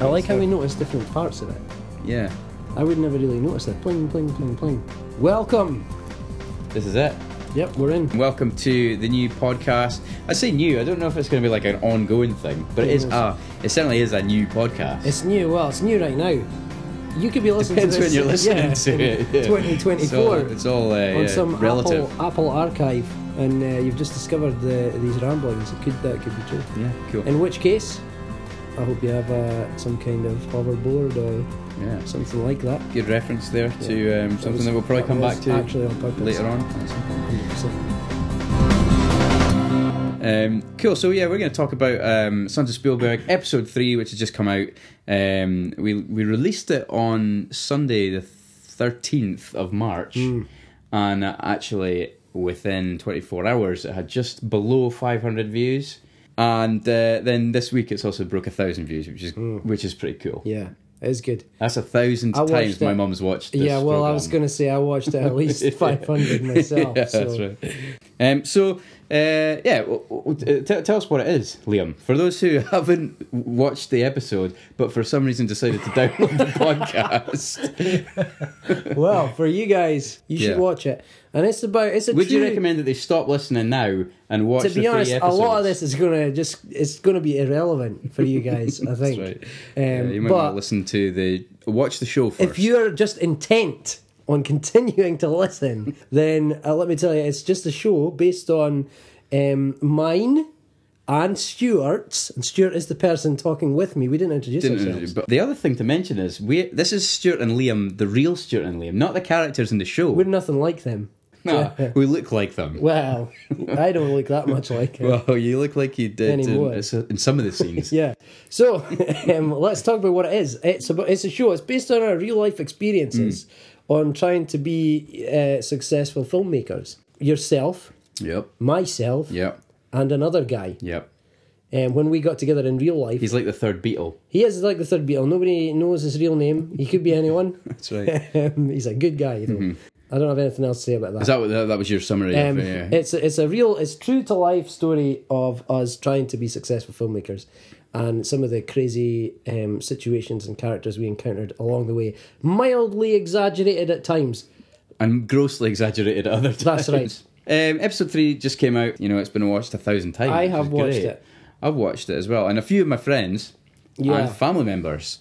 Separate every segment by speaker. Speaker 1: I like how we notice different parts of it.
Speaker 2: Yeah.
Speaker 1: I would never really notice that. Pling, pling, pling, pling. Welcome.
Speaker 2: This is it.
Speaker 1: Yep, we're in.
Speaker 2: Welcome to the new podcast. I say new. I don't know if it's going to be like an ongoing thing, but it
Speaker 1: It
Speaker 2: is.
Speaker 1: is.
Speaker 2: A, it certainly is a new podcast.
Speaker 1: It's new. Well, it's new right now. You could be listening
Speaker 2: Depends
Speaker 1: to
Speaker 2: when
Speaker 1: this.
Speaker 2: you're listening
Speaker 1: yeah,
Speaker 2: to it. yeah.
Speaker 1: in 2024
Speaker 2: It's all, it's all uh,
Speaker 1: on
Speaker 2: yeah,
Speaker 1: some
Speaker 2: relative.
Speaker 1: Apple Apple archive, and uh, you've just discovered the, these ramblings. It could that could be true.
Speaker 2: Yeah, cool.
Speaker 1: In which case, I hope you have uh, some kind of hoverboard or
Speaker 2: yeah, so
Speaker 1: something like that.
Speaker 2: good reference there
Speaker 1: Yeah.
Speaker 2: to um, something
Speaker 1: was-
Speaker 2: that we'll probably
Speaker 1: that
Speaker 2: come
Speaker 1: was
Speaker 2: back to
Speaker 1: actually on purpose.
Speaker 2: later on. That's okay.
Speaker 1: So,
Speaker 2: Um, cool. So yeah, we're going to talk about um, Sons of Spielberg episode three, which has just come out. Um, we we released it on Sunday, the thirteenth of March,
Speaker 1: Hmm.
Speaker 2: and uh, actually within twenty four hours, it had just below five hundred views. And uh, then this week, it's also broke a thousand views, which is which is pretty cool.
Speaker 1: Hmm. yeah, it's good.
Speaker 2: That's a thousand
Speaker 1: I watched
Speaker 2: times my
Speaker 1: it.
Speaker 2: mum's watched. This
Speaker 1: yeah, well, I
Speaker 2: programme.
Speaker 1: was going to say I watched it at least
Speaker 2: Yeah.
Speaker 1: 500 myself.
Speaker 2: yeah,
Speaker 1: so.
Speaker 2: that's right. Um, so, uh, yeah, w- w- t- uh, tell us what it is, Liam. For those who haven't watched the episode, but for some reason decided to download the podcast,
Speaker 1: Well, for you guys, you
Speaker 2: Yeah.
Speaker 1: should watch it. And it's about it's a
Speaker 2: would you
Speaker 1: true-
Speaker 2: recommend that they stop listening now and watch?
Speaker 1: to
Speaker 2: the
Speaker 1: be
Speaker 2: three
Speaker 1: honest, a lot of
Speaker 2: episodes?
Speaker 1: this is gonna just it's gonna be irrelevant for you guys. I think.
Speaker 2: right.
Speaker 1: Um,
Speaker 2: Yeah, you might want to
Speaker 1: but
Speaker 2: listen to the watch the show first.
Speaker 1: if you are just intent on continuing to listen, then uh, let me tell you, it's just a show based on um, mine and Stuart's. And Stuart is the person talking with me. We didn't introduce
Speaker 2: Didn't-
Speaker 1: ourselves.
Speaker 2: but the other thing to mention is we this is Stuart and Liam, the real Stuart and Liam, not the characters in the show.
Speaker 1: We're nothing like them.
Speaker 2: no, we look like them.
Speaker 1: Well, I don't look that much like him.
Speaker 2: Well, you look like you did in,
Speaker 1: Anymore.
Speaker 2: in some of the scenes.
Speaker 1: Yeah. So um, let's talk about what it is. It's about it's a show. It's based on our real life experiences
Speaker 2: Hmm.
Speaker 1: on trying to be uh, successful filmmakers. Yourself,
Speaker 2: Yep.
Speaker 1: myself,
Speaker 2: Yep.
Speaker 1: and another guy.
Speaker 2: Yep.
Speaker 1: And when we got together in real life,
Speaker 2: He's like the third Beatle.
Speaker 1: he is like the third Beatle. Nobody knows his real name. He could be anyone.
Speaker 2: That's right.
Speaker 1: um, he's a good guy. You know. I don't have anything else to say about that.
Speaker 2: Mm-hmm. Is that what that, that was your summary?
Speaker 1: Um,
Speaker 2: of it, yeah.
Speaker 1: It's a, it's a real, it's true to life story of us trying to be successful filmmakers, and some of the crazy um, situations and characters we encountered along the way, mildly exaggerated at times.
Speaker 2: And grossly exaggerated at other times.
Speaker 1: That's right.
Speaker 2: Um, episode three just came out. You know, it's been watched a thousand times.
Speaker 1: I
Speaker 2: which
Speaker 1: have
Speaker 2: is
Speaker 1: watched
Speaker 2: great.
Speaker 1: it.
Speaker 2: I've watched it as well, and a few of my friends
Speaker 1: Yeah.
Speaker 2: and family members.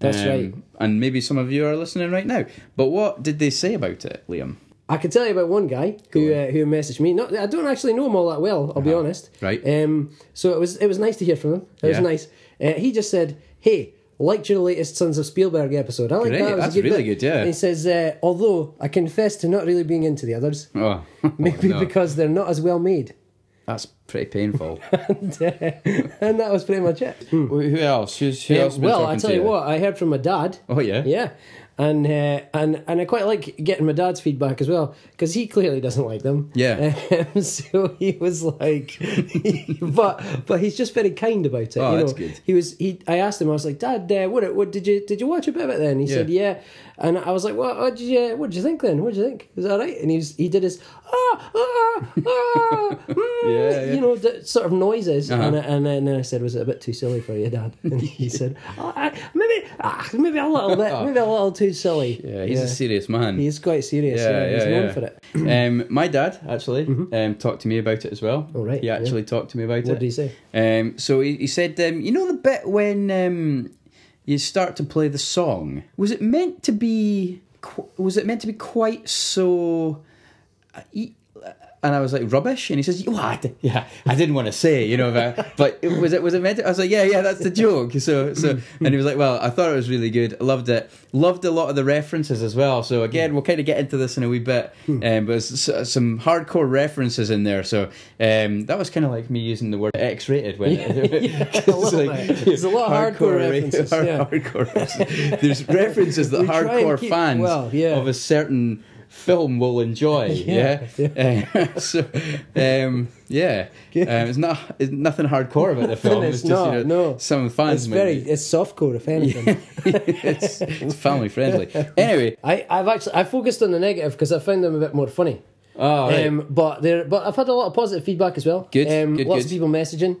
Speaker 1: That's
Speaker 2: Um,
Speaker 1: right.
Speaker 2: And maybe some of you are listening right now. But what did they say about it, Liam?
Speaker 1: I can tell you about one guy who uh, who messaged me. Not, I don't actually know him all that well. I'll be honest.
Speaker 2: Uh-huh. Right.
Speaker 1: Um. So it was it was nice to hear from him. It was
Speaker 2: Yeah.
Speaker 1: nice. Uh, he just said, "Hey." Liked your latest Sons of Spielberg episode. I like
Speaker 2: Great,
Speaker 1: that. It was a
Speaker 2: that's really
Speaker 1: bit.
Speaker 2: good, yeah.
Speaker 1: He says, uh, although I confess to not really being into the others,
Speaker 2: Oh,
Speaker 1: maybe
Speaker 2: no.
Speaker 1: because they're not as well made.
Speaker 2: that's pretty painful.
Speaker 1: and, uh, and that was pretty much it.
Speaker 2: Wh- who else? Who's, who
Speaker 1: Yeah,
Speaker 2: else? has been
Speaker 1: Um, well, I
Speaker 2: talking
Speaker 1: tell
Speaker 2: to
Speaker 1: you what, I heard from my dad.
Speaker 2: Oh yeah.
Speaker 1: Yeah, and uh, and and I quite like getting my dad's feedback as well because he clearly doesn't like them.
Speaker 2: Yeah.
Speaker 1: Um, so he was like, but but he's just very kind about it.
Speaker 2: Oh,
Speaker 1: you
Speaker 2: that's
Speaker 1: know?
Speaker 2: good.
Speaker 1: He was he. I asked him. I was like, Dad, uh, what what did you did you watch a bit of it then? He said, Yeah, and I was like, What, what did you what did you think then? What did you think? Is that right? And he was, he did his ah ah ah, mm,
Speaker 2: Yeah, yeah.
Speaker 1: you know, the sort of noises.
Speaker 2: Uh-huh.
Speaker 1: And, I, and then I said, "Was it a bit too silly for you, Dad?" And he said, oh, I, "Maybe, ah, maybe a little bit, maybe a little too silly."
Speaker 2: Yeah, he's a serious man.
Speaker 1: He's quite serious. Yeah,
Speaker 2: yeah, yeah,
Speaker 1: he's known
Speaker 2: yeah.
Speaker 1: for it.
Speaker 2: um, my dad actually um, talked to me about it as well.
Speaker 1: Oh, Mm-hmm. right,
Speaker 2: He
Speaker 1: yeah.
Speaker 2: actually talked to me about it.
Speaker 1: What did he say?
Speaker 2: Um, so he, he said, um, you know, the bit when um, you start to play the song was it meant to be? Qu- was it meant to be quite so? uh, And I was like rubbish, and he says, "Well, I di- yeah, I didn't want to say, you know, but, but it- was it was it meant?" To, I was like, "Yeah, yeah, that's the joke." So, so, and he was like, "Well, I thought it was really good. I loved it. Loved a lot of the references as well." So again, we'll kind of get into this in a wee bit,
Speaker 1: Hmm.
Speaker 2: um, but there's s- some hardcore references in there. So um, that was kind of like me using the word X-rated when
Speaker 1: yeah, a little bit. There's a lot of hardcore references,
Speaker 2: hard-
Speaker 1: yeah.
Speaker 2: hardcore references. There's references that
Speaker 1: We try and
Speaker 2: hardcore
Speaker 1: keep-
Speaker 2: fans
Speaker 1: well, yeah.
Speaker 2: of a certain film will enjoy. yeah.
Speaker 1: Yeah,
Speaker 2: Uh, so, um, yeah. Um, it's not it's nothing hardcore about the film.
Speaker 1: It's
Speaker 2: It's, just you
Speaker 1: not,
Speaker 2: know,
Speaker 1: no.
Speaker 2: some fans.
Speaker 1: It's
Speaker 2: might
Speaker 1: very,
Speaker 2: be-
Speaker 1: it's softcore, if anything.
Speaker 2: it's, it's family friendly. Anyway,
Speaker 1: I, I've actually I focused on the negative because I found them a bit more funny.
Speaker 2: Oh, right.
Speaker 1: um, but there, but I've had a lot of positive feedback as well.
Speaker 2: Good,
Speaker 1: um,
Speaker 2: good,
Speaker 1: lots
Speaker 2: good.
Speaker 1: of people messaging,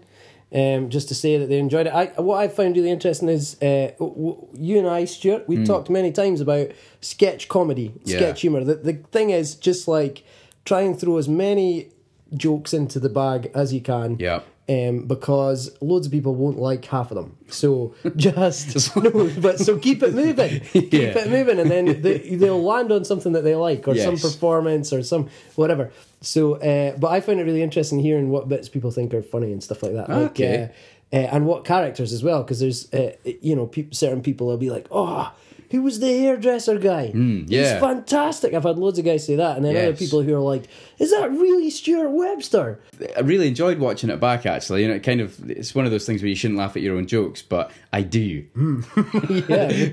Speaker 1: um, just to say that they enjoyed it. I what I found really interesting is uh, w- w- you and I, Stuart, we've talked many times about sketch comedy,
Speaker 2: Hmm. Yeah.
Speaker 1: sketch humor. The the thing is just like try and throw as many jokes into the bag as you can.
Speaker 2: Yeah.
Speaker 1: Um, because loads of people won't like half of them, so just no, but so keep it moving, keep
Speaker 2: Yeah.
Speaker 1: it moving, and then they, they'll land on something that they like or some
Speaker 2: Yes.
Speaker 1: performance or some whatever. So, uh, but I found it really interesting hearing what bits people think are funny and stuff like that. Like,
Speaker 2: Okay.
Speaker 1: uh, uh, and what characters as well, because there's, uh, you know, peop certain people will be like, oh, who was the hairdresser guy?
Speaker 2: Hmm, yeah.
Speaker 1: He's fantastic. I've had loads of guys say that. And then other
Speaker 2: Yes.
Speaker 1: people who are like, is that really Stuart Webster?
Speaker 2: I really enjoyed watching it back. Actually, you know, it kind of it's one of those things where you shouldn't laugh at your own jokes, but I do.
Speaker 1: yeah.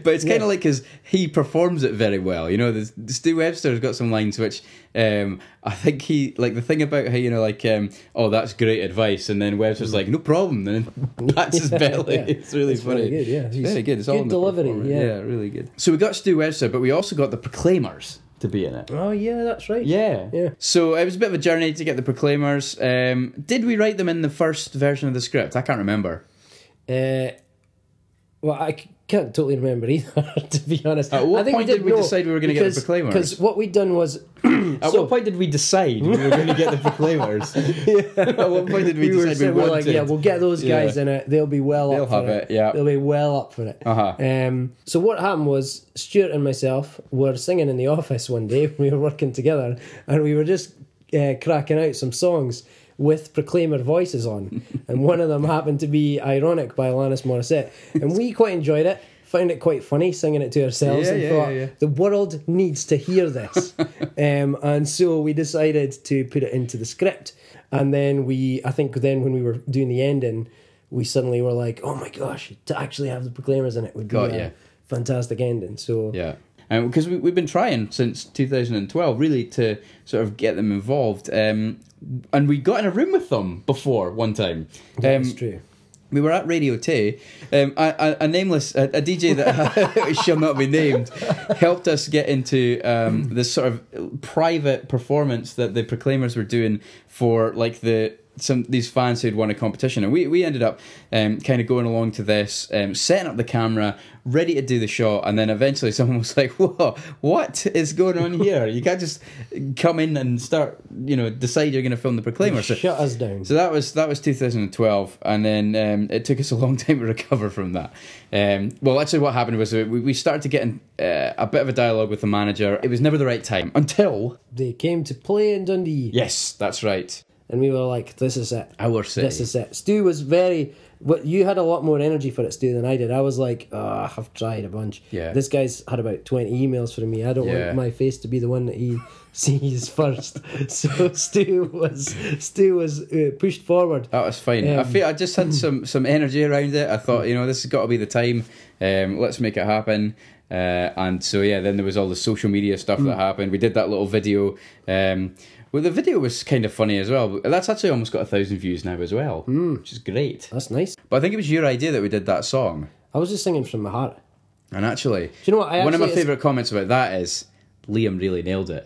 Speaker 2: but it's kind of like because he performs it very well. You know, there's, Stu Webster's got some lines which um, I think he like the thing about how you know like um, oh that's great advice, and then Webster's like no problem, and then that's his belly.
Speaker 1: yeah.
Speaker 2: It's really
Speaker 1: It's
Speaker 2: funny.
Speaker 1: very good, yeah.
Speaker 2: It's
Speaker 1: He's-
Speaker 2: very good. It's all
Speaker 1: good
Speaker 2: in the
Speaker 1: delivery,
Speaker 2: performance.
Speaker 1: yeah.
Speaker 2: really good. So we got Stu Webster, but we also got the Proclaimers to be in it.
Speaker 1: Oh, yeah, that's right.
Speaker 2: Yeah.
Speaker 1: Yeah.
Speaker 2: So it was a bit of a journey to get the Proclaimers. Um, did we write them in the first version of the script? I can't remember.
Speaker 1: Uh, well, I c- can't totally remember either, to be honest.
Speaker 2: At what
Speaker 1: I think
Speaker 2: point did we decide we were gonna get the Proclaimers?
Speaker 1: Because what we'd done was.
Speaker 2: At
Speaker 1: So-
Speaker 2: what point did we decide we were going to get the Proclaimers? At what point did we,
Speaker 1: were
Speaker 2: decide
Speaker 1: saying,
Speaker 2: we
Speaker 1: we're
Speaker 2: wanted?
Speaker 1: like, yeah, we'll get those guys
Speaker 2: Yeah.
Speaker 1: in it. They'll be well
Speaker 2: They'll
Speaker 1: up for
Speaker 2: have it, yeah.
Speaker 1: They'll be well up for it.
Speaker 2: Uh-huh.
Speaker 1: Um, so what happened was Stuart and myself were singing in the office one day. We were working together, and we were just uh, cracking out some songs with Proclaimer voices on, and one of them happened to be "Ironic" by Alanis Morissette, and we quite enjoyed it. Found it quite funny singing it to ourselves
Speaker 2: Yeah,
Speaker 1: and
Speaker 2: yeah,
Speaker 1: thought
Speaker 2: yeah, yeah.
Speaker 1: the world needs to hear this. um, and so we decided to put it into the script. And then we, I think then when we were doing the ending, we suddenly were like, oh my gosh, to actually have the Proclaimers in it would be
Speaker 2: Got
Speaker 1: a
Speaker 2: ya.
Speaker 1: fantastic ending. So
Speaker 2: yeah. Because we, we've been trying since 2012, really, to sort of get them involved. Um, and we got in a room with them before one time. Um,
Speaker 1: it's true.
Speaker 2: We were at Radio Tay. Um, a, a, a nameless, a, a DJ that shall not be named, helped us get into um, this sort of private performance that the Proclaimers were doing for like the some these fans who'd won a competition, and we we ended up um, kind of going along to this, um, setting up the camera, ready to do the shot, and then eventually someone was like, "Whoa, what is going on here? You can't just come in and start, you know, decide you're going to film the Proclaimers." So-
Speaker 1: Shut us down.
Speaker 2: so that was that was 2012, and then um, it took us a long time to recover from that. Um, well, actually, what happened was uh, we, we started to get in, uh, a bit of a dialogue with the manager. It was never the right time until
Speaker 1: they came to play in Dundee,
Speaker 2: yes, that's right,
Speaker 1: and we were like, this is it.
Speaker 2: our city.
Speaker 1: This is it. Stu was very. What you had a lot more energy for it, Stu, than I did. I was like, ah, I've tried a bunch.
Speaker 2: Yeah.
Speaker 1: This guy's had about twenty emails from me. I don't
Speaker 2: Yeah.
Speaker 1: want my face to be the one that he sees first. So Stu was Stu was uh, pushed forward.
Speaker 2: that was fine. I
Speaker 1: Um,
Speaker 2: feel I just had some some energy around it. I thought, you know, this has got to be the time. Um, let's make it happen. Uh, and so yeah, then there was all the social media stuff that happened. We did that little video. Um, well, the video was kind of funny as well. That's actually almost got a thousand views now as well, which is great.
Speaker 1: That's nice.
Speaker 2: But I think it was your idea that we did that song.
Speaker 1: I was just singing from my heart.
Speaker 2: And actually,
Speaker 1: you know what? I
Speaker 2: one of my
Speaker 1: actually-
Speaker 2: favourite comments about that is Liam really nailed it.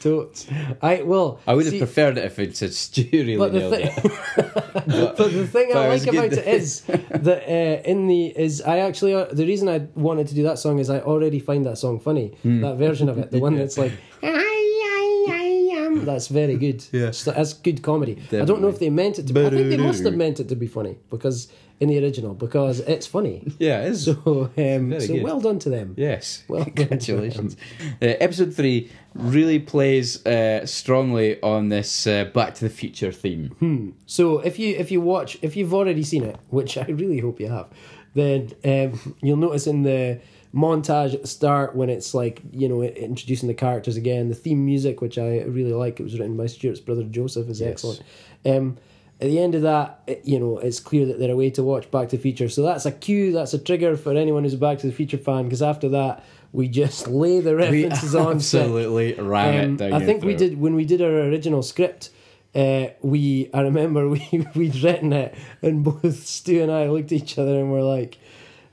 Speaker 1: Totes. I well.
Speaker 2: I would have
Speaker 1: see,
Speaker 2: preferred it if it said Stu really
Speaker 1: But the
Speaker 2: nailed
Speaker 1: thing-
Speaker 2: it.
Speaker 1: but the thing
Speaker 2: But
Speaker 1: I
Speaker 2: it was
Speaker 1: like about
Speaker 2: good.
Speaker 1: it is that uh, in the is I actually uh, the reason I wanted to do that song is I already find that song funny
Speaker 2: Hmm.
Speaker 1: that version of it the one that's like "Ay, ay, ay, um," that's very good
Speaker 2: Yeah.
Speaker 1: So that's good comedy I don't know if they meant it to be I think they must have meant it to be funny because in the original because it's funny
Speaker 2: Yeah, it is.
Speaker 1: so um,
Speaker 2: Very
Speaker 1: so
Speaker 2: good.
Speaker 1: well done to them
Speaker 2: Yes.
Speaker 1: Well done.
Speaker 2: Congratulations. uh, episode three really plays uh, strongly on this uh, Back to the Future theme.
Speaker 1: So if you if you watch if you've already seen it, which I really hope you have, then um, you'll notice in the montage at the start when it's like you know introducing the characters again, the theme music which I really like. It was written by Stuart's brother Joseph is excellent. Um, at the end of that, it- you know, it's clear that they're a way to watch Back to the Future. So that's a cue, that's a trigger for anyone who's a Back to the Future fan, because after that, we just lay the references on. thick.
Speaker 2: Absolutely ram
Speaker 1: Um,
Speaker 2: it down
Speaker 1: I
Speaker 2: your
Speaker 1: think we
Speaker 2: throat.
Speaker 1: did when we did our original script. Uh, we I remember we we'd written it, and both Stu and I looked at each other and were like,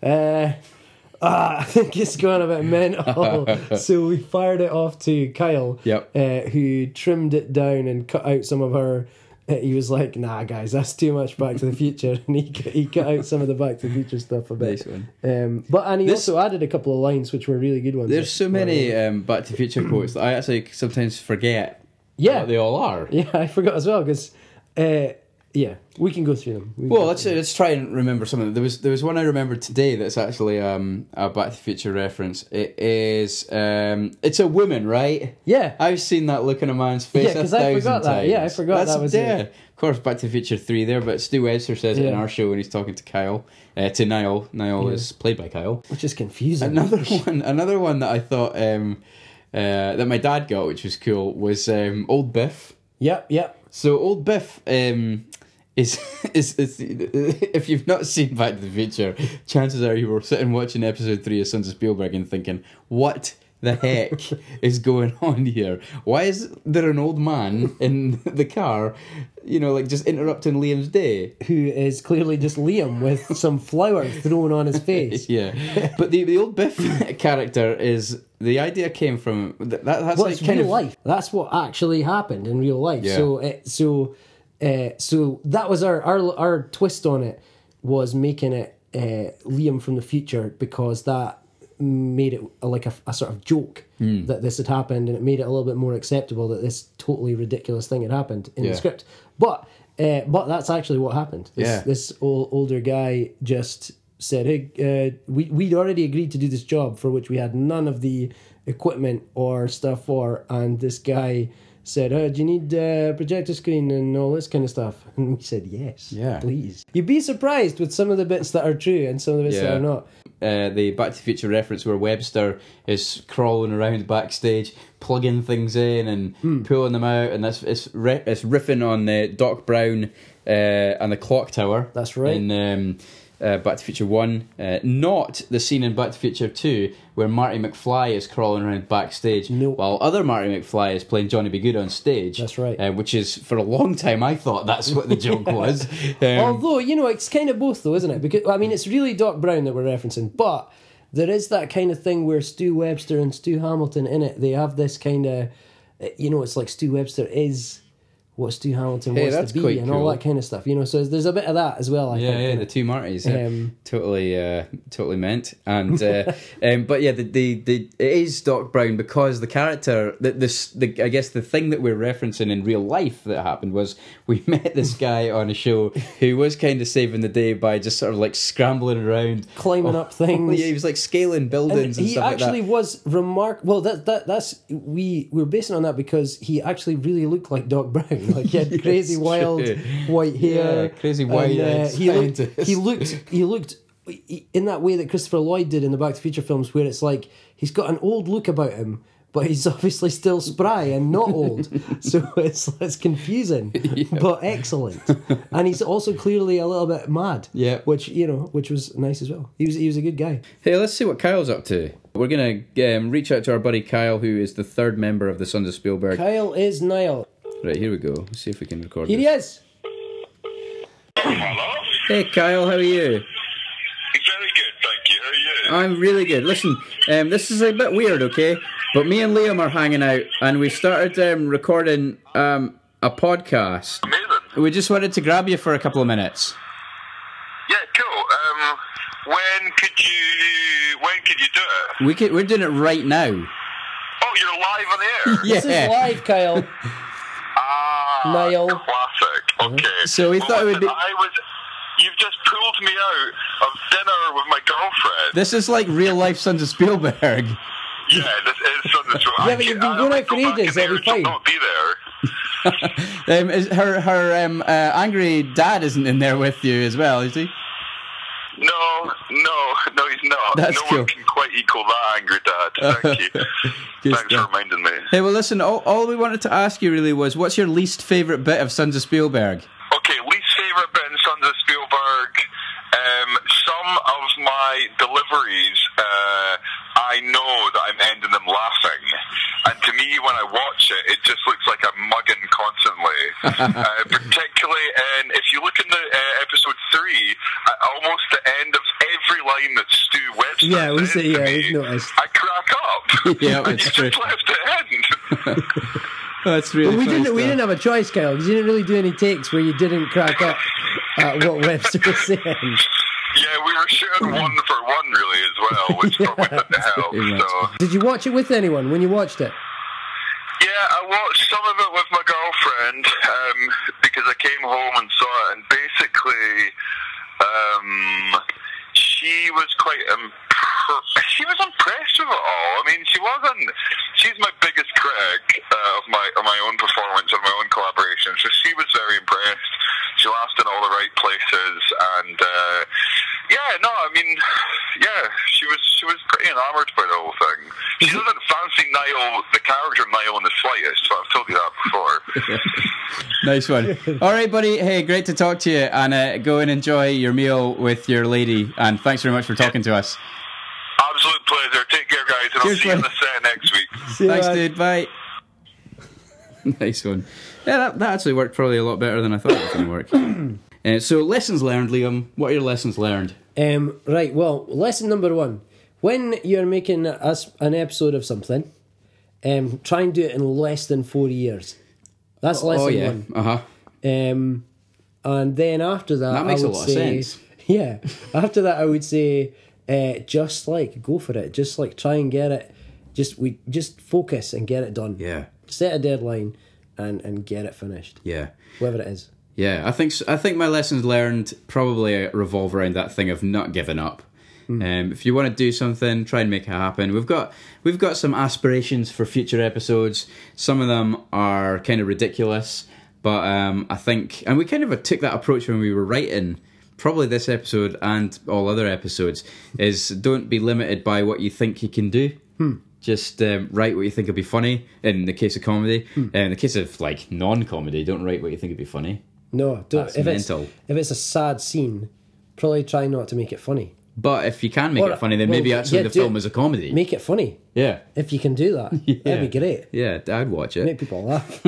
Speaker 1: uh, ah, I think it's gone a bit mental. so we fired it off to Kyle,
Speaker 2: Yep.
Speaker 1: uh, who trimmed it down and cut out some of her. uh, He was like, "Nah, guys, that's too much Back to the Future," and he cut- he cut out some of the Back to the Future stuff a bit.
Speaker 2: Nice one.
Speaker 1: Um, but and he
Speaker 2: This-
Speaker 1: also added a couple of lines which were really good ones.
Speaker 2: There's so many um, Back to the Future quotes that I actually sometimes forget
Speaker 1: Yeah.
Speaker 2: what they all are.
Speaker 1: Yeah, I forgot as well because, uh, yeah, we can go through them. We can
Speaker 2: Well,
Speaker 1: go
Speaker 2: let's let's try and remember something. There was there was one I remembered today that's actually um, a Back to the Future reference. It is um, it's a woman, right?
Speaker 1: Yeah.
Speaker 2: I've seen that look in a man's face
Speaker 1: Yeah,
Speaker 2: a
Speaker 1: 'cause
Speaker 2: thousand
Speaker 1: I forgot that.
Speaker 2: times.
Speaker 1: Yeah, I forgot
Speaker 2: That's,
Speaker 1: that was
Speaker 2: yeah. Of course, Back to the Future three there, but Stu Edser says it in
Speaker 1: Yeah.
Speaker 2: our show when he's talking to Kyle, uh, to Niall. Niall is played by Kyle.
Speaker 1: which is confusing.
Speaker 2: Another one, another one that I thought um, uh, that my dad got, which was cool, was um, Old Biff.
Speaker 1: Yep, yep.
Speaker 2: So Old Biff um, is, is is if you've not seen Back to the Future, chances are you were sitting watching episode three of Sons of Spielberg and thinking, "What the heck is going on here? Why is there an old man in the car? You know, like just interrupting Liam's day."
Speaker 1: Who is clearly just Liam with some flour thrown on his face.
Speaker 2: Yeah, but the the Old Biff character is the idea came from that. That's
Speaker 1: Well,
Speaker 2: like
Speaker 1: it's
Speaker 2: kind
Speaker 1: real
Speaker 2: of
Speaker 1: life. That's what actually happened in real life.
Speaker 2: Yeah.
Speaker 1: So, it, so, uh, so that was our, our our twist on it was making it uh, Liam from the future because that made it a, like a, a sort of joke
Speaker 2: Hmm.
Speaker 1: that this had happened, and it made it a little bit more acceptable that this totally ridiculous thing had happened in
Speaker 2: Yeah.
Speaker 1: the script. But uh, but that's actually what happened. This,
Speaker 2: Yeah.
Speaker 1: this old, older guy just said, "Hey, uh, we we'd already agreed to do this job for which we had none of the equipment or stuff for," and this guy said, "Oh, do you need uh, projector screen and all this kind of stuff?" And we said, "Yes,
Speaker 2: Yeah.
Speaker 1: please." You'd be surprised with some of the bits that are true and some of the bits
Speaker 2: Yeah.
Speaker 1: that are not.
Speaker 2: uh, the Back to the Future reference where Webster is crawling around backstage, plugging things in and
Speaker 1: Hmm.
Speaker 2: pulling them out, and that's it's ri it's riffing on the Doc Brown uh, and the Clock Tower.
Speaker 1: That's right.
Speaker 2: In um, uh, Back to the Future One, uh, not the scene in Back to the Future Two where Marty McFly is crawling around backstage
Speaker 1: Nope.
Speaker 2: while other Marty McFly is playing Johnny B Good on stage.
Speaker 1: That's right.
Speaker 2: Uh, which is for a long time I thought that's what the joke was. Um,
Speaker 1: Although you know, it's kind of both, though, isn't it? Because I mean, it's really Doc Brown that we're referencing, but there is that kind of thing where Stu Webster and Stu Hamilton in it. They have this kind of, you know, it's like Stu Webster is what Stu Hamilton
Speaker 2: Hey,
Speaker 1: wants
Speaker 2: that's
Speaker 1: to be,
Speaker 2: quite
Speaker 1: and
Speaker 2: cool.
Speaker 1: all that kind of stuff. You know, so there's a bit of that as well. I
Speaker 2: Yeah,
Speaker 1: think.
Speaker 2: yeah, the two Martys, yeah.
Speaker 1: Um,
Speaker 2: totally, uh, totally meant. And uh, um, but yeah, the, the the it is Doc Brown because the character that this the I guess the thing that we're referencing in real life that happened was we met this guy on a show who was kind of saving the day by just sort of like scrambling around, Oh,
Speaker 1: Climbing up things.
Speaker 2: Yeah, he was like scaling buildings and,
Speaker 1: he
Speaker 2: stuff
Speaker 1: actually
Speaker 2: like
Speaker 1: was remark. Well, that that that's we we're basing on that because he actually really looked like Doc Brown. Like he had crazy
Speaker 2: true.
Speaker 1: wild white hair,
Speaker 2: Yeah, crazy
Speaker 1: and, uh,
Speaker 2: wide-eyed
Speaker 1: he looked.
Speaker 2: scientist.
Speaker 1: He looked. He looked he- in that way that Christopher Lloyd did in the Back to the Future films, where it's like he's got an old look about him. But he's obviously still spry and not old, so it's it's confusing, but excellent. And he's also clearly a little bit mad,
Speaker 2: Yeah.
Speaker 1: Which you know, which was nice as well. He was he was a good guy.
Speaker 2: that. Hey, let's see what Kyle's up to. We're gonna um, reach out to our buddy Kyle, who is the third member of the Sons of Spielberg.
Speaker 1: Kyle is Niall.
Speaker 2: Right here we go. Let's see if we can record.
Speaker 1: Here he
Speaker 2: this.
Speaker 1: is.
Speaker 3: Hello?
Speaker 2: Hey Kyle, how are you?
Speaker 3: Very good, thank you. How are you?
Speaker 2: I'm really good. Listen, um, this is a bit weird, okay? But me and Liam are hanging out, and we started um, recording um, a podcast.
Speaker 3: Amazing.
Speaker 2: We just wanted to grab you for a couple of minutes.
Speaker 3: Yeah, cool. Um, when could you when could you do it?
Speaker 2: We could, we're doing it right now.
Speaker 3: Oh, you're live on the air.
Speaker 1: This is live, Kyle.
Speaker 3: Ah,
Speaker 1: Nail.
Speaker 3: classic. Okay.
Speaker 2: So we thought it would
Speaker 3: listen,
Speaker 2: be-
Speaker 3: I was. You've just pulled me out of dinner with my girlfriend.
Speaker 2: This is like real life Sons of Spielberg.
Speaker 3: yeah, this is something. so I
Speaker 1: Yeah, but
Speaker 3: can-
Speaker 1: you've been
Speaker 3: I
Speaker 1: going
Speaker 3: might
Speaker 1: out for
Speaker 3: go back
Speaker 1: ages,
Speaker 3: in
Speaker 1: that'll be
Speaker 3: there and she'll
Speaker 1: fine.
Speaker 3: Not be there.
Speaker 2: Um, is her her um, uh, angry dad isn't in there with you as well, is he?
Speaker 3: No, no, no, he's not.
Speaker 2: That's
Speaker 3: no
Speaker 2: cool.
Speaker 3: one can quite equal that angry dad. Thank you.
Speaker 2: Good
Speaker 3: Thanks
Speaker 2: stuff.
Speaker 3: for reminding me.
Speaker 2: Hey, well, listen. All, all we wanted to ask you really was, what's your least favorite bit of Sons of Spielberg?
Speaker 3: Okay, least favourite bit in Sons of Spielberg. Um, some of my deliveries, uh, I know that I'm ending them laughing. And to me, when I watch it, it just looks like I'm mugging constantly. uh, particularly, in, if you look in the uh, episode three, at almost the end of every line that Stu Webster noticed.
Speaker 1: Yeah,
Speaker 3: that
Speaker 1: we
Speaker 3: says
Speaker 1: say-
Speaker 3: to
Speaker 1: yeah,
Speaker 3: me,
Speaker 1: we've noticed.
Speaker 3: I crack up.
Speaker 2: Yeah,
Speaker 3: and
Speaker 2: it's
Speaker 3: you
Speaker 2: true.
Speaker 3: just left it in.
Speaker 2: Oh, That's really.
Speaker 1: we
Speaker 2: funny
Speaker 1: didn't. We
Speaker 2: stuff.
Speaker 1: didn't have a choice, Kyle, because you didn't really do any takes where you didn't crack up at what Webster was saying.
Speaker 3: Yeah, we were sharing one for one really as well, which probably didn't help.
Speaker 2: pretty much.
Speaker 3: So
Speaker 1: Did you watch it with anyone when you watched it?
Speaker 3: yeah, I watched some of it with my girlfriend um, because I came home and saw it, and basically, um, she was quite impre- she was impressed with it all. I mean, she wasn't. She's my biggest critic uh, of my of my own performance of my own collaboration, so she was very impressed. She laughed in all the right places, and uh, yeah, no, I mean, yeah, she was she was pretty enamoured by the whole thing. She doesn't fancy Niall, the character of Niall, in the slightest. So I've told you that before.
Speaker 2: Nice one. All right, buddy. Hey, great to talk to you, and uh, go and enjoy your meal with your lady. And thanks very much for talking to us.
Speaker 3: Absolute pleasure. Take care, guys, and I'll
Speaker 2: Cheers,
Speaker 3: see you in
Speaker 2: mate.
Speaker 3: the set next week.
Speaker 2: Thanks, dude. Bye. nice one. Yeah, that, that actually worked probably a lot better than I thought it was going to work. Uh, so, lessons learned, Liam. What are your lessons learned?
Speaker 1: Um, right. Well, lesson number one: when you're making us an episode of something, um, try and do it in less than four years. That's lesson
Speaker 2: oh yeah.
Speaker 1: one.
Speaker 2: Uh huh.
Speaker 1: Um, and then after that,
Speaker 2: That makes
Speaker 1: I
Speaker 2: a
Speaker 1: would
Speaker 2: lot of
Speaker 1: say,
Speaker 2: sense.
Speaker 1: Yeah. After that, I would say, uh, just like go for it. Just like try and get it. Just we just focus and get it done.
Speaker 2: Yeah.
Speaker 1: Set a deadline, and and get it finished.
Speaker 2: Yeah.
Speaker 1: Whatever it is.
Speaker 2: Yeah. I think s- I think my lessons learned probably uh, revolve around that thing of not giving up. Um, if you want to do something, try and make it happen. We've got we've got some aspirations for future episodes. Some of them are kind of ridiculous, but um, I think and we kind of uh, took that approach when we were writing probably this episode and all other episodes is don't be limited by what you think you can do. Just um, write what you think would be funny. In the case of comedy, Uh, in the case of like non-comedy, don't write what you think would be funny.
Speaker 1: No, don't,
Speaker 2: That's
Speaker 1: if
Speaker 2: mental.
Speaker 1: it's if it's a sad scene, probably try not to make it funny.
Speaker 2: But if you can make
Speaker 1: Or-
Speaker 2: it funny, then
Speaker 1: well,
Speaker 2: maybe actually
Speaker 1: yeah,
Speaker 2: the
Speaker 1: do
Speaker 2: film
Speaker 1: it.
Speaker 2: is a comedy.
Speaker 1: Make it funny
Speaker 2: yeah,
Speaker 1: if you can do that. That'd be great.
Speaker 2: yeah, I'd watch it.
Speaker 1: Make people laugh.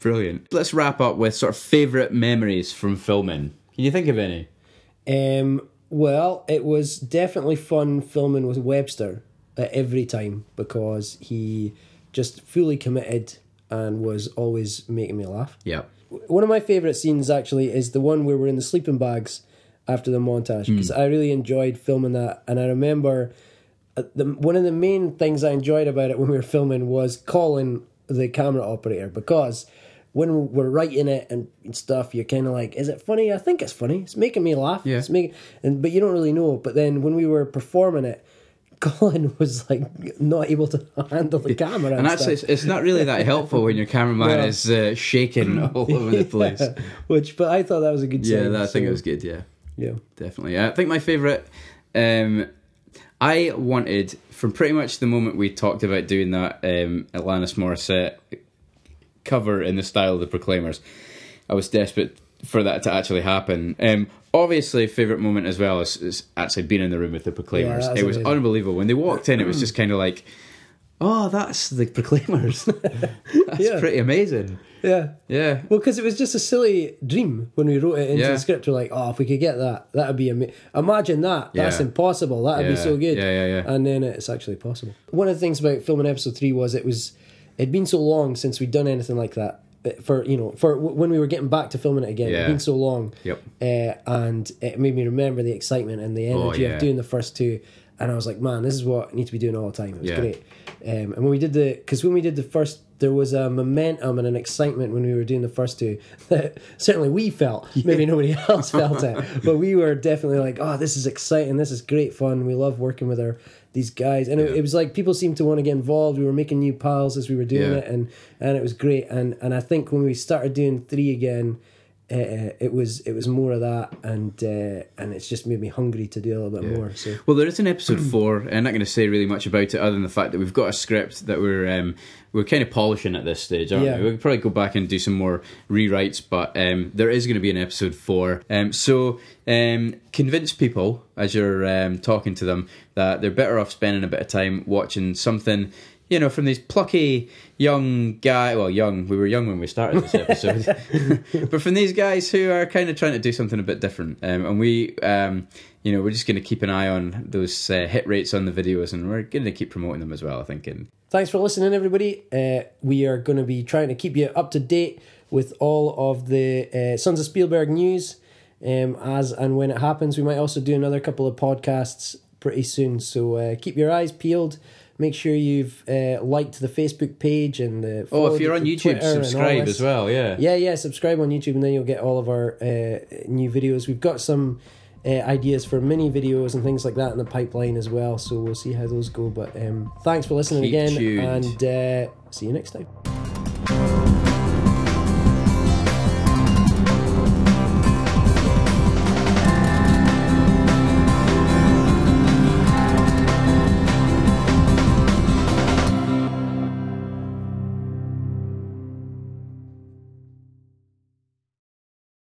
Speaker 2: Brilliant. Let's wrap up with sort of favourite memories from filming. Can you think of any?
Speaker 1: um, well, it was definitely fun filming with Webster at every time because he just fully committed and was always making me laugh.
Speaker 2: Yeah.
Speaker 1: One of my favourite scenes actually is the one where we're in the sleeping bags after the montage because
Speaker 2: Hmm.
Speaker 1: I really enjoyed filming that, and I remember uh, the one of the main things I enjoyed about it when we were filming was calling the camera operator because when we're writing it and stuff, you're kind of like, "Is it funny? I think it's funny. It's making me laugh.
Speaker 2: Yeah.
Speaker 1: It's making," and but you don't really know. But then when we were performing it. Colin was like not able to handle the camera, and,
Speaker 2: And actually,
Speaker 1: stuff.
Speaker 2: it's, it's not really that helpful when your cameraman
Speaker 1: Well-
Speaker 2: is uh, shaking all over the place.
Speaker 1: which but I thought that was a good
Speaker 2: Yeah,
Speaker 1: scene,
Speaker 2: that, I think it
Speaker 1: so,
Speaker 2: was good. Yeah,
Speaker 1: yeah.
Speaker 2: definitely. I think my favourite. Um, I wanted from pretty much the moment we talked about doing that um, Alanis Morissette cover in the style of the Proclaimers. I was desperate for that to actually happen. Um, obviously, favorite moment as well is, is actually being in the room with the
Speaker 1: Yeah,
Speaker 2: Proclaimers.
Speaker 1: that was
Speaker 2: it was
Speaker 1: amazing.
Speaker 2: unbelievable when they walked in. It was just kind of like, oh, that's the Proclaimers. that's
Speaker 1: Yeah.
Speaker 2: pretty amazing.
Speaker 1: Yeah.
Speaker 2: Yeah.
Speaker 1: Well, because it was just a silly dream when we wrote it into
Speaker 2: Yeah.
Speaker 1: the script. We're like, oh, if we could get that, that would be amazing. Imagine that. That's
Speaker 2: Yeah.
Speaker 1: impossible. That would be
Speaker 2: Yeah.
Speaker 1: so good.
Speaker 2: Yeah, yeah, yeah.
Speaker 1: And then it's actually possible. One of the things about filming episode three was it was, it'd been so long since we'd done anything like that. uh, For you know, for w- when we were getting back to filming it again,
Speaker 2: Yeah.
Speaker 1: it'd been so long.
Speaker 2: Yep.
Speaker 1: Uh, and it made me remember the excitement and the energy
Speaker 2: Oh, yeah.
Speaker 1: of doing the first two. And I was like, man, this is what I need to be doing all the time. It was
Speaker 2: Yeah.
Speaker 1: great. Um, and when we did the, because when we did the first, there was a momentum and an excitement when we were doing the first two that certainly we felt. Maybe nobody else felt it, but we were definitely like, oh, this is exciting. This is great fun. We love working with our these guys, and it, it was like people seemed to want to get involved. We were making new pals as we were doing
Speaker 2: Yeah.
Speaker 1: it, and and it was great. And and I think when we started doing three again. Uh, it was it was more of that, and uh, and it's just made me hungry to do a little bit more. So
Speaker 2: Well, there is an episode four. and I'm not going to say really much about it, other than the fact that we've got a script that we're um, we're kind of polishing at this stage, aren't
Speaker 1: Yeah.
Speaker 2: we? We'll probably go back and do some more rewrites, but um, there is going to be an episode four. Um, so um, convince people as you're um, talking to them that they're better off spending a bit of time watching something. You know, from these plucky young guy. Well, young. We were young when we started this episode, but from these guys who are kind of trying to do something a bit different. Um, and we, um, you know, we're just going to keep an eye on those uh, hit rates on the videos, and we're going to keep promoting them as well. I think. And
Speaker 1: Thanks for listening, everybody. Uh, we are going to be trying to keep you up to date with all of the uh, Sons of Spielberg news um, as and when it happens. We might also do another couple of podcasts pretty soon, so uh, keep your eyes peeled. Make sure you've uh, liked the Facebook page and the.
Speaker 2: oh,
Speaker 1: followed
Speaker 2: if you're on
Speaker 1: the
Speaker 2: YouTube,
Speaker 1: Twitter and all
Speaker 2: subscribe
Speaker 1: this.
Speaker 2: as well. Yeah.
Speaker 1: Yeah, yeah, subscribe on YouTube and then you'll get all of our uh, new videos. We've got some uh, ideas for mini videos and things like that in the pipeline as well, so we'll see how those go. But um, thanks for listening
Speaker 2: Keep
Speaker 1: again
Speaker 2: tuned.
Speaker 1: and uh, see you next time.